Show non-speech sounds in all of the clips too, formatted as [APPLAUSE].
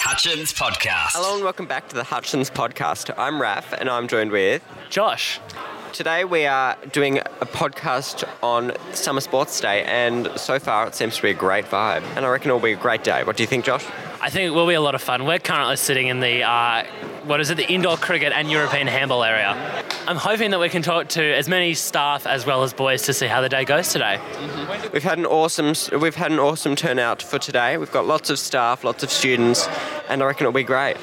Hutchins Podcast. Hello and welcome back to the Hutchins podcast. I'm Raf and I'm joined with. Josh, Today we are doing a podcast on Summer Sports Day and so far it seems to be a great vibe and I reckon it'll be a great day. What do you think, Josh? I think it will be a lot of fun. We're currently sitting in the, uh, what is it, the indoor cricket and European handball area. I'm hoping that we can talk to as many staff as well as boys to see how the day goes today. We've had an awesome we've had an awesome turnout for today. We've got lots of staff, lots of students and I reckon it'll be great.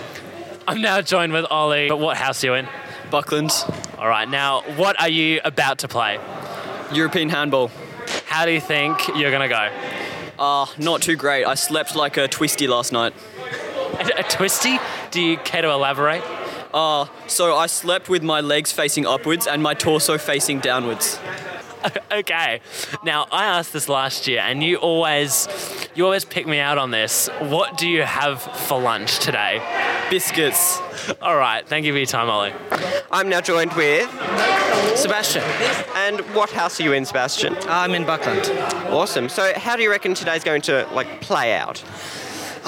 I'm now joined with Ollie. But what house are you in? Bucklands, All right, now what are you about to play? European handball. How do you think you're going to go? Ah, not too great. I slept like a twisty last night. A, a twisty? Do you care to elaborate? [LAUGHS] So I slept with my legs facing upwards and my torso facing downwards. Okay. Now I asked this last year, and you always, you always pick me out on this. What do you have for lunch today? Biscuits. All right. Thank you for your time, Ollie. I'm now joined with Sebastian, and what house are you in, Sebastian? I'm in Buckland. Awesome. So how do you reckon today's going to like play out?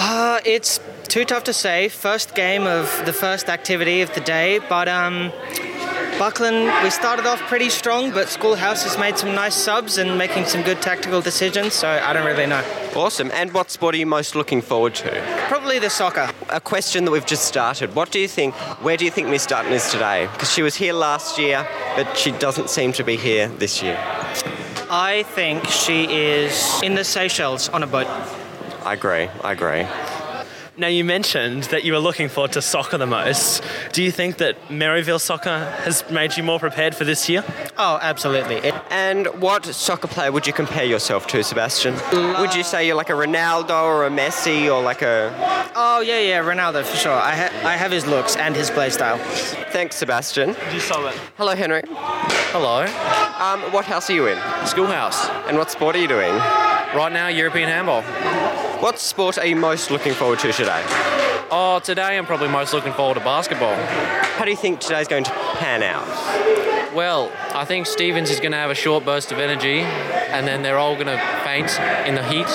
Uh, it's too tough to say. First game of the first activity of the day, but um, Buckland, we started off pretty strong, but Schoolhouse has made some nice subs and making some good tactical decisions, so I don't really know. Awesome. And what sport are you most looking forward to? Probably the soccer. a question that we've just started. What do you think? Where do you think Miss Dutton is today? Because she was here last year, but she doesn't seem to be here this year. I think she is in the Seychelles on a boat. I agree. I agree. Now you mentioned that you were looking forward to soccer the most. Do you think that Maryville soccer has made you more prepared for this year? Oh, absolutely. It, And what soccer player would you compare yourself to, Sebastian? Would you say you're like a Ronaldo or a Messi or like a? oh, yeah, yeah, Ronaldo for sure. I, ha- I have his looks and his play style. Thanks, Sebastian. You saw it. Hello, Henry. Hello. Um, what house are you in? Schoolhouse. And what sport are you doing? Right now, European handball. What sport are you most looking forward to today? Oh, today I'm probably most looking forward to basketball. How do you think today's going to pan out? Well, I think Stevens is going to have a short burst of energy, and then they're all going to faint in the heat.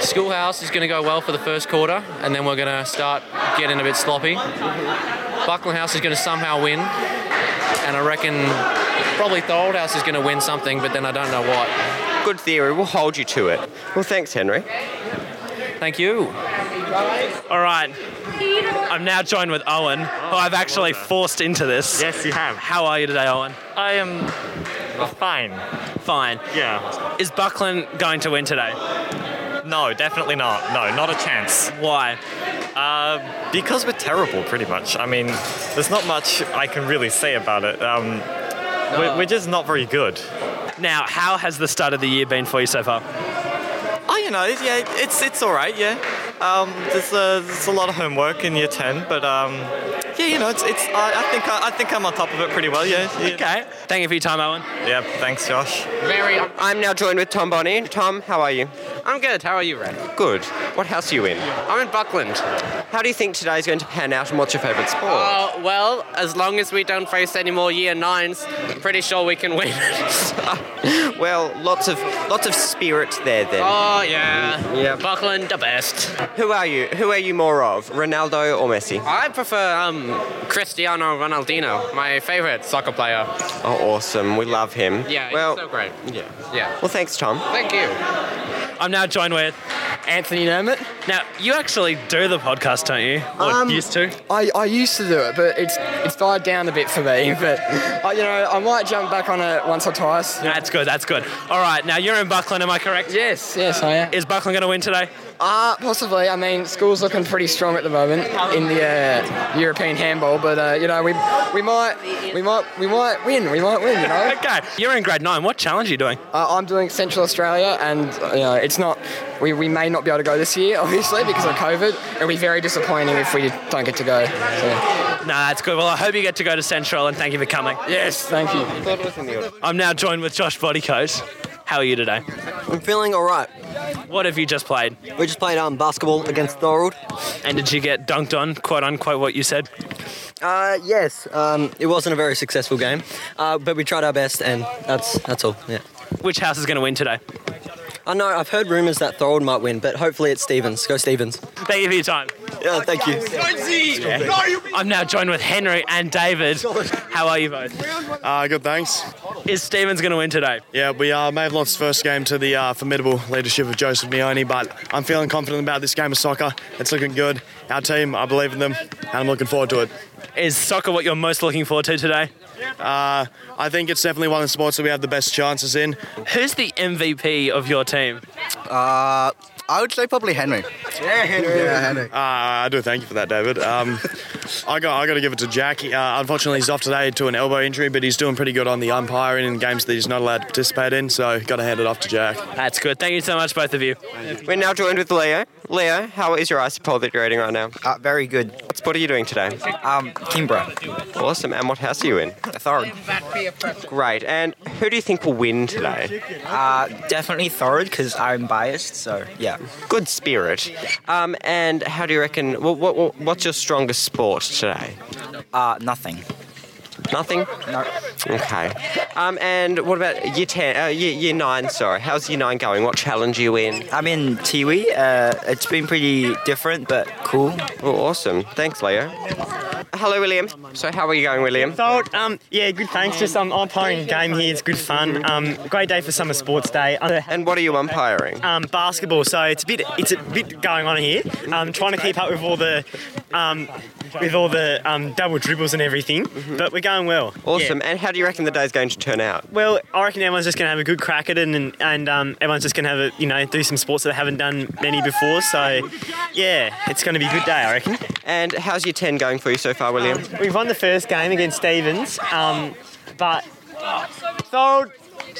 Schoolhouse is going to go well for the first quarter, and then we're going to start getting a bit sloppy. Buckland House is going to somehow win, and I reckon probably Thorold House is going to win something, but then I don't know what. Good theory. We'll hold you to it. Well, thanks, Henry. Thank you. All right. I'm now joined with Owen, who I've actually forced into this. Yes, you have. How are you today, Owen? I am fine. Fine. Yeah. Is Buckland going to win today? No, definitely not. No, not a chance. Why? Because we're terrible, pretty much. I mean, there's not much I can really say about it. Um, we're, we're just not very good. Now, how has the start of the year been for you so far? Oh, you know, yeah, it's it's all right. Yeah. Um, there's a there's a lot of homework in year ten, but um, yeah, you know, it's it's. I, I think I, I think I'm on top of it pretty well. Yeah. Yeah. Okay. Thank you for your time, Owen. yeah thanks, Josh. I'm now joined with Tom Bonnie. Tom, how are you? I'm good. How are you, Ren? Good. What house are you in? I'm in Buckland. How do you think today's going to pan out and what's your favourite sport? Uh, well, as long as we don't face any more year nines, I'm pretty sure we can [LAUGHS] win. well, lots of lots of spirit there then. oh, yeah. Yeah. Buckland, the best. Who are you? Who are you more of? Ronaldo or Messi? I prefer um, Cristiano Ronaldinho, my favorite soccer player. Oh, awesome. We love him. Yeah, Well, he's so great. yeah. Yeah. Well, thanks, Tom. Thank you. I'm now joined with Anthony Nermit. Now, you actually do the podcast, don't you? Or Um, used to? I, I used to do it, but it's it's died down a bit for me. But I, you know, I might jump back on it once or twice. That's good, that's good. All right, now you're in Buckland, am I correct? Yes, yes, I am. Is Buckland going to win today? Uh, possibly. I mean, school's looking pretty strong at the moment in the uh, European handball, but uh, you know, we we might we might we might win. We might win. [LAUGHS] You know, Okay, you're in grade nine. What challenge are you doing? uh, I'm doing Central Australia, and uh, you know, it's not. We, we may not be able to go this year, obviously, because of COVID. It'll be very disappointing if we don't get to go. So, No, that's good. Well, I hope you get to go to Central and thank you for coming. yes, thank you. I'm now joined with Josh Bodycoat. How are you today? I'm feeling all right. What have you just played? We just played um, basketball against Thorold. And did you get dunked on, quote unquote, what you said? Uh, yes, um, it wasn't a very successful game, uh, but we tried our best, and that's that's all. Yeah. Which house is going to win today? I know I've heard rumours that Thorold might win, but hopefully it's Stevens. Go Stevens. Thank you for your time. Yeah, thank you. I'm now joined with Henry and David. How are you both? Uh, good, thanks. Is Stevens going to win today? Yeah, we uh, may have lost the first game to the uh, formidable leadership of Joseph Neone, but I'm feeling confident about this game of soccer. It's looking good. Our team, I believe in them, and I'm looking forward to it. Is soccer what you're most looking forward to today? Uh, I think it's definitely one of the sports that we have the best chances in. Who's the MVP of your team? Uh, I would say probably Henry. Yeah, Henry. Yeah, Henry. Uh, I do thank you for that, David. Um, [LAUGHS] I got I got to give it to Jack. Uh, unfortunately, he's off today to an elbow injury, but he's doing pretty good on the umpiring in games that he's not allowed to participate in. So, got to hand it off to Jack. That's good. Thank you so much, both of you. We're now joined with Leo. Leo, how is your ISA poll that you're rating right now? Uh, very good. What sport are you doing today? Um, Kimbra. Awesome. And what house are you in? Third. Great. And who do you think will win today? Uh, definitely third because I'm biased, so yeah. Good spirit. Um, and how do you reckon? What, what, what's your strongest sport today? Uh, nothing. Nothing. No. Okay. Um, and what about year ten? Uh, year, year nine. Sorry. How's year nine going? What challenge are you in? I'm in Tiwi. Uh, it's been pretty different, but cool. Well, Oh, awesome. Thanks, Leo. Hello, William. So, how are you going, William? Thought, um, yeah, good thanks. Just um, umpiring a game here. It's good fun. Um, great day for summer sports day. Uh, And what are you umpiring? Um, basketball. So it's a bit, it's a bit going on here. Um, trying to keep up with all the, um, with all the um, double dribbles and everything. But we're going well. Yeah. Awesome. And how do you reckon the day's going to turn out? Well, I reckon everyone's just going to have a good crack at it, and and um, everyone's just going to have a, you know, do some sports that they haven't done many before. So, yeah, it's going to be a good day, I reckon. And how's year ten going for you so far, William? um, We've won the first game against Stevens, um, but so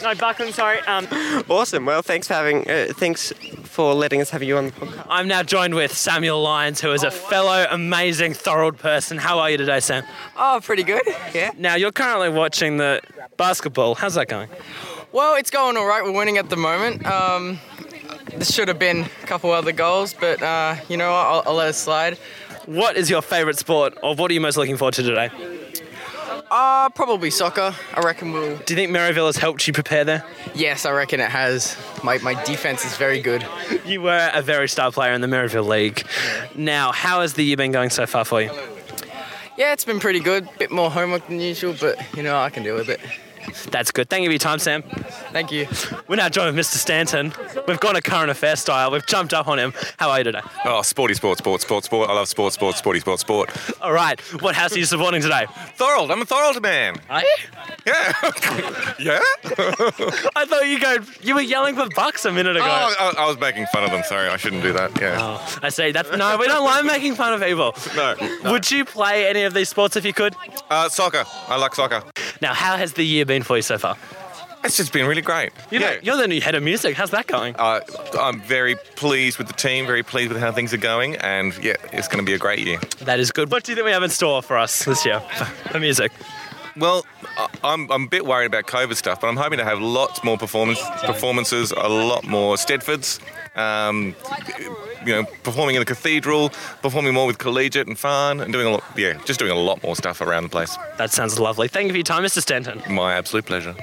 no Buckland, sorry. Um, Awesome. Well, thanks for having. Uh, thanks for letting us have you on the podcast. I'm now joined with Samuel Lyons, who is a fellow amazing Thorold person. How are you today, Sam? Oh, pretty good. Yeah. Now, you're currently watching the basketball. How's that going? Well, it's going all right. We're winning at the moment. Um, this should have been a couple other goals, but uh, you know what? I'll, I'll let it slide. What is your favourite sport, or what are you most looking forward to today? Uh, probably soccer. I reckon we'll. Do you think Maryville has helped you prepare there? Yes, I reckon it has. My, my defense is very good. You were a very star player in the Maryville League. Now, how has the year been going so far for you? Yeah, it's been pretty good. Bit more homework than usual, but you know, I can deal with it. That's good. Thank you for your time, Sam. Thank you. We're now joined with Mr. Stanton. We've gone a current affairs style. We've jumped up on him. How are you today? Oh, sporty sport, sport, sport, sport. I love sport, sport, sporty sport, sport. All right. What house are you supporting today? Thorold, I'm a Thorold man. Are you? Yeah. yeah? I thought you go. You were yelling for bucks a minute ago. Oh, I, I was making fun of them. Sorry, I shouldn't do that. Yeah. Oh, I see. That's no. We don't like making fun of people. No. Would you play any of these sports if you could? Uh, soccer. I like soccer. Now, how has the year been for you so far? It's just been really great. You know, you're the new head of music. How's that going? Uh, I'm very pleased with the team, very pleased with how things are going, and yeah, it's going to be a great year. That is good. What do you think we have in store for us this year [LAUGHS] for music? Well, I- I'm, I'm a bit worried about COVID stuff, but I'm hoping to have lots more performance performances, a lot more Stedfords, um, you know, performing in the cathedral, performing more with collegiate and fun, and doing a lot, yeah, just doing a lot more stuff around the place. That sounds lovely. Thank you for your time, Mr. Stanton. My absolute pleasure.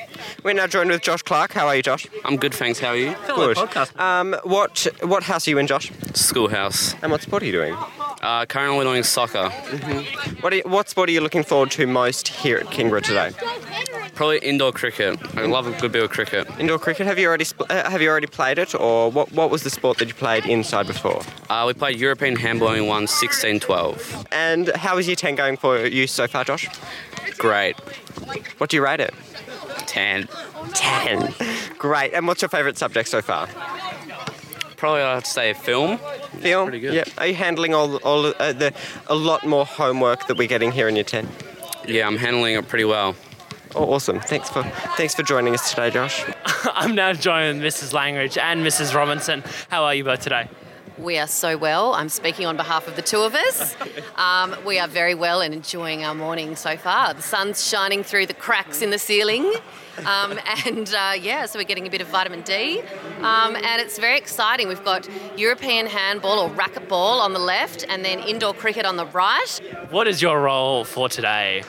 We're now joined with Josh Clark. How are you, Josh? I'm good, thanks. How are you? Good. Um, what what house are you in, Josh? Schoolhouse. And what sport are you doing? Uh, currently doing soccer. What are you, what sport are you looking forward to most here at Kingra today? Probably indoor cricket. I love a good bit of cricket. Indoor cricket. Have you already sp- uh, have you already played it, or what what was the sport that you played inside before? Uh, we played European handball and we won 16 12. And how is your ten going for you so far, Josh? Great. What do you rate it? 10. Ten. Great. And what's your favourite subject so far? Probably I'd say film. Film. Pretty good. Yep. Are you handling all all uh, the a lot more homework that we're getting here in your ten? Yeah, I'm handling it pretty well. Oh, awesome. Thanks for thanks for joining us today, Josh. I'm now joined with Mrs. Langridge and Mrs. Robinson. How are you both today? We are so well. I'm speaking on behalf of the two of us. Um, we are very well and enjoying our morning so far. The sun's shining through the cracks in the ceiling. Um, and uh, yeah, so we're getting a bit of vitamin D. Um, and it's very exciting. We've got European handball or racquetball on the left and then indoor cricket on the right. What is your role for today?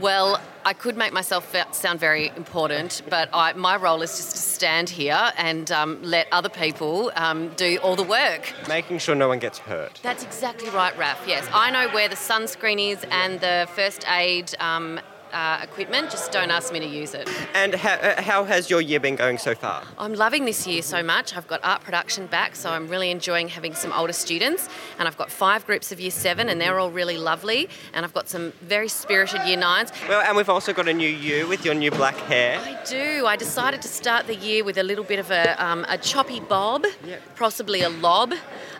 Well, I could make myself fe- sound very important, but I, my role is just to stand here and um, let other people um, do all the work. Making sure no one gets hurt. That's exactly right, Raph. Yes, I know where the sunscreen is and the first aid um, uh, equipment. Just don't ask me to use it. And how, uh, how has your year been going so far? I'm loving this year so much. I've got art production back, so I'm really enjoying having some older students. And I've got five groups of year seven, and they're all really lovely. And I've got some very spirited year nines. Well, and we've also got a new you with your new black hair. I do. I decided to start the year with a little bit of a, um, a choppy bob, possibly a lob,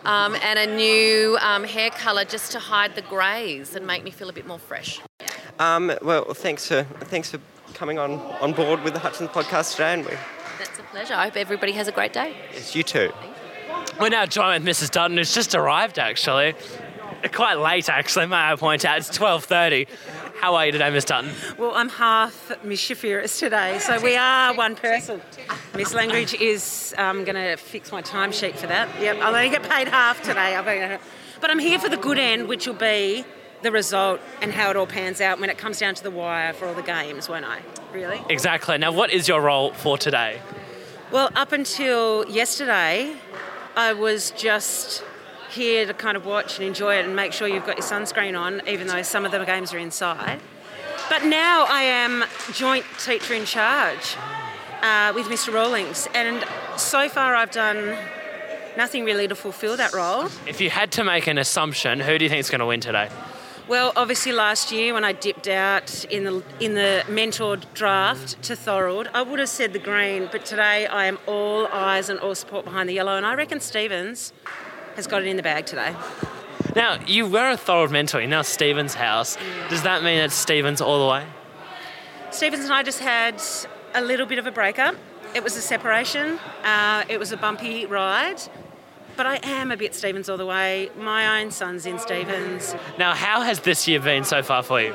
um, and a new um, hair colour just to hide the greys and make me feel a bit more fresh. Um, well, thanks for thanks for coming on on board with the Hutchins podcast today, and we, That's a pleasure. I hope everybody has a great day. it's you too. We're now joined with Mrs. Dutton, who's just arrived actually. Quite late, actually, may I point out. It's 12.30. How are you today, Miss Dutton? Well, I'm half mischievous today, so we are one person. Miss Langridge is um, going to fix my timesheet for that. Yep, I'll only get paid half today. I'll be, but I'm here for the good end, which will be the result and how it all pans out when it comes down to the wire for all the games, won't I? Really? Exactly. Now, what is your role for today? Well, up until yesterday, I was just here to kind of watch and enjoy it and make sure you've got your sunscreen on, even though some of the games are inside. But now I am joint teacher in charge uh, with Mr. Rawlings, and so far I've done nothing really to fulfil that role. If you had to make an assumption, who do you think is going to win today? Well, obviously, last year when I dipped out in the in the mentored draft to Thorold, I would have said the green, but today I am all eyes and all support behind the yellow, and I reckon Stevens has got it in the bag today. Now, you were a thorough mentor. You're now Stephen's house. Does that mean it's Stephen's all the way? Stevens and I just had a little bit of a breakup. It was a separation. Uh, it was a bumpy ride. But I am a bit Stevens all the way. My own son's in Stevens. Now, how has this year been so far for you?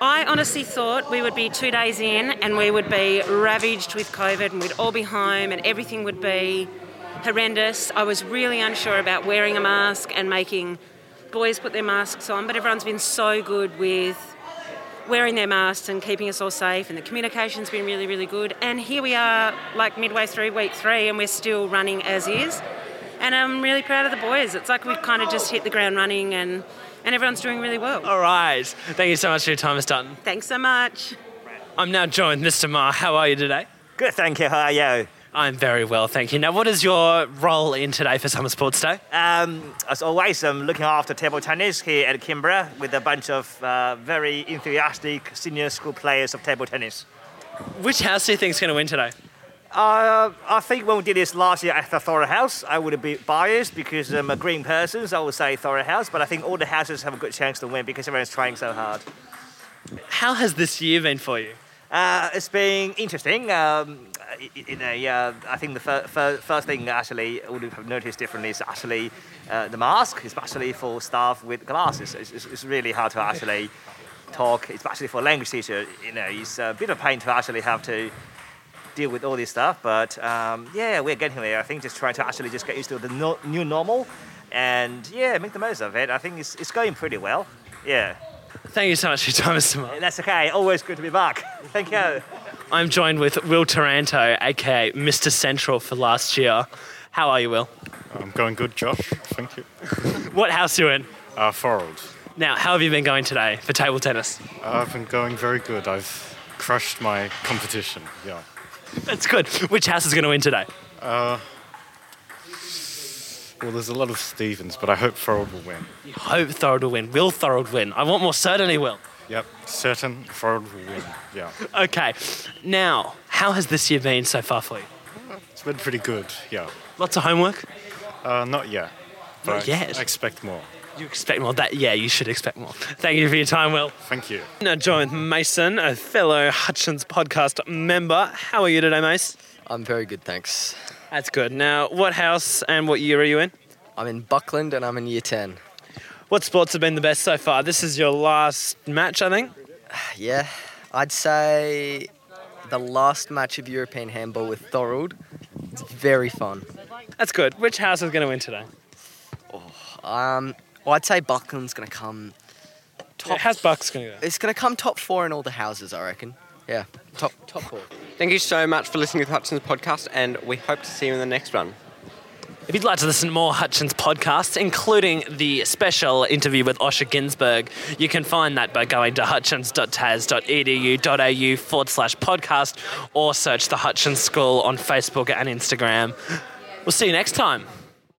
I honestly thought we would be two days in and we would be ravaged with COVID and we'd all be home and everything would be horrendous. I was really unsure about wearing a mask and making boys put their masks on, but everyone's been so good with wearing their masks and keeping us all safe and the communication's been really, really good. And here we are, like midway through week three, and we're still running as is. And I'm really proud of the boys. It's like we've kind of just hit the ground running and, and everyone's doing really well. All right. Thank you so much for your time, Miss Dutton. Thanks so much. I'm now joined, Mr. Ma. How are you today? Good, thank you. How are you? I'm very well, thank you. Now, what is your role in today for Summer Sports Day? Um, as always, I'm looking after table tennis here at Canberra with a bunch of uh, very enthusiastic senior school players of table tennis. Which house do you think is going to win today? Uh, I think when we did this last year at the Thorough House, I would be biased because I'm a green person, so I would say Thorough House, but I think all the houses have a good chance to win because everyone's trying so hard. How has this year been for you? Uh, it's been interesting. Um, i- i- in a, uh, I think the fir- fir- first thing actually would have noticed differently is actually uh, the mask, especially for staff with glasses. It's, it's, it's really hard to actually talk, especially for language teacher. You know, it's a bit of pain to actually have to deal with all this stuff. But um, yeah, we're getting there. I think just trying to actually just get used to the no- new normal, and yeah, make the most of it. I think it's, it's going pretty well. Yeah, Thank you so much for your time, Mr. Ma. that's okay. Always good to be back. [LAUGHS] Thank you. I'm joined with Will Taranto, aka Mr. Central, for last year. How are you, Will? I'm going good, Josh. Thank you. What house you in? Uh, Forold. Now, how have you been going today for table tennis? I've been going very good. I've crushed my competition. Yeah. That's good. Which house is going to win today? Uh, well, there's a lot of Stevens, but I hope Forold will win. Hope Thorold will win. Will Thorold win? I want more certainty, Will. Yep, certain Forold will win. Yeah. [LAUGHS] Okay. Now, how has this year been so far for you? It's been pretty good. Yeah. Lots of homework? Uh, not yet. But Not yet? I expect more. You expect more. That yeah, you should expect more. Thank you for your time, Will. Thank you. Now joined with Mason, a fellow Hutchins podcast member. How are you today, Mace? I'm very good, thanks. That's good. Now, what house and what year are you in? I'm in Buckland and I'm in year 10. What sports have been the best so far? This is your last match, I think. Yeah, I'd say the last match of European handball with Thorold. It's very fun. That's good. Which house is going to win today? Oh, Um, well, I'd say Buckland's going to come top. how's Bucks going to go? It's going to come top four in all the houses, I reckon. Yeah, top top four. Thank you so much for listening to the Hutchins podcast, and we hope to see you in the next one. If you'd like to listen to more Hutchins podcasts, including the special interview with Osher Ginsberg, you can find that by going to hutchins.tas.edu.au forward slash podcast or search the Hutchins School on Facebook and Instagram. We'll see you next time.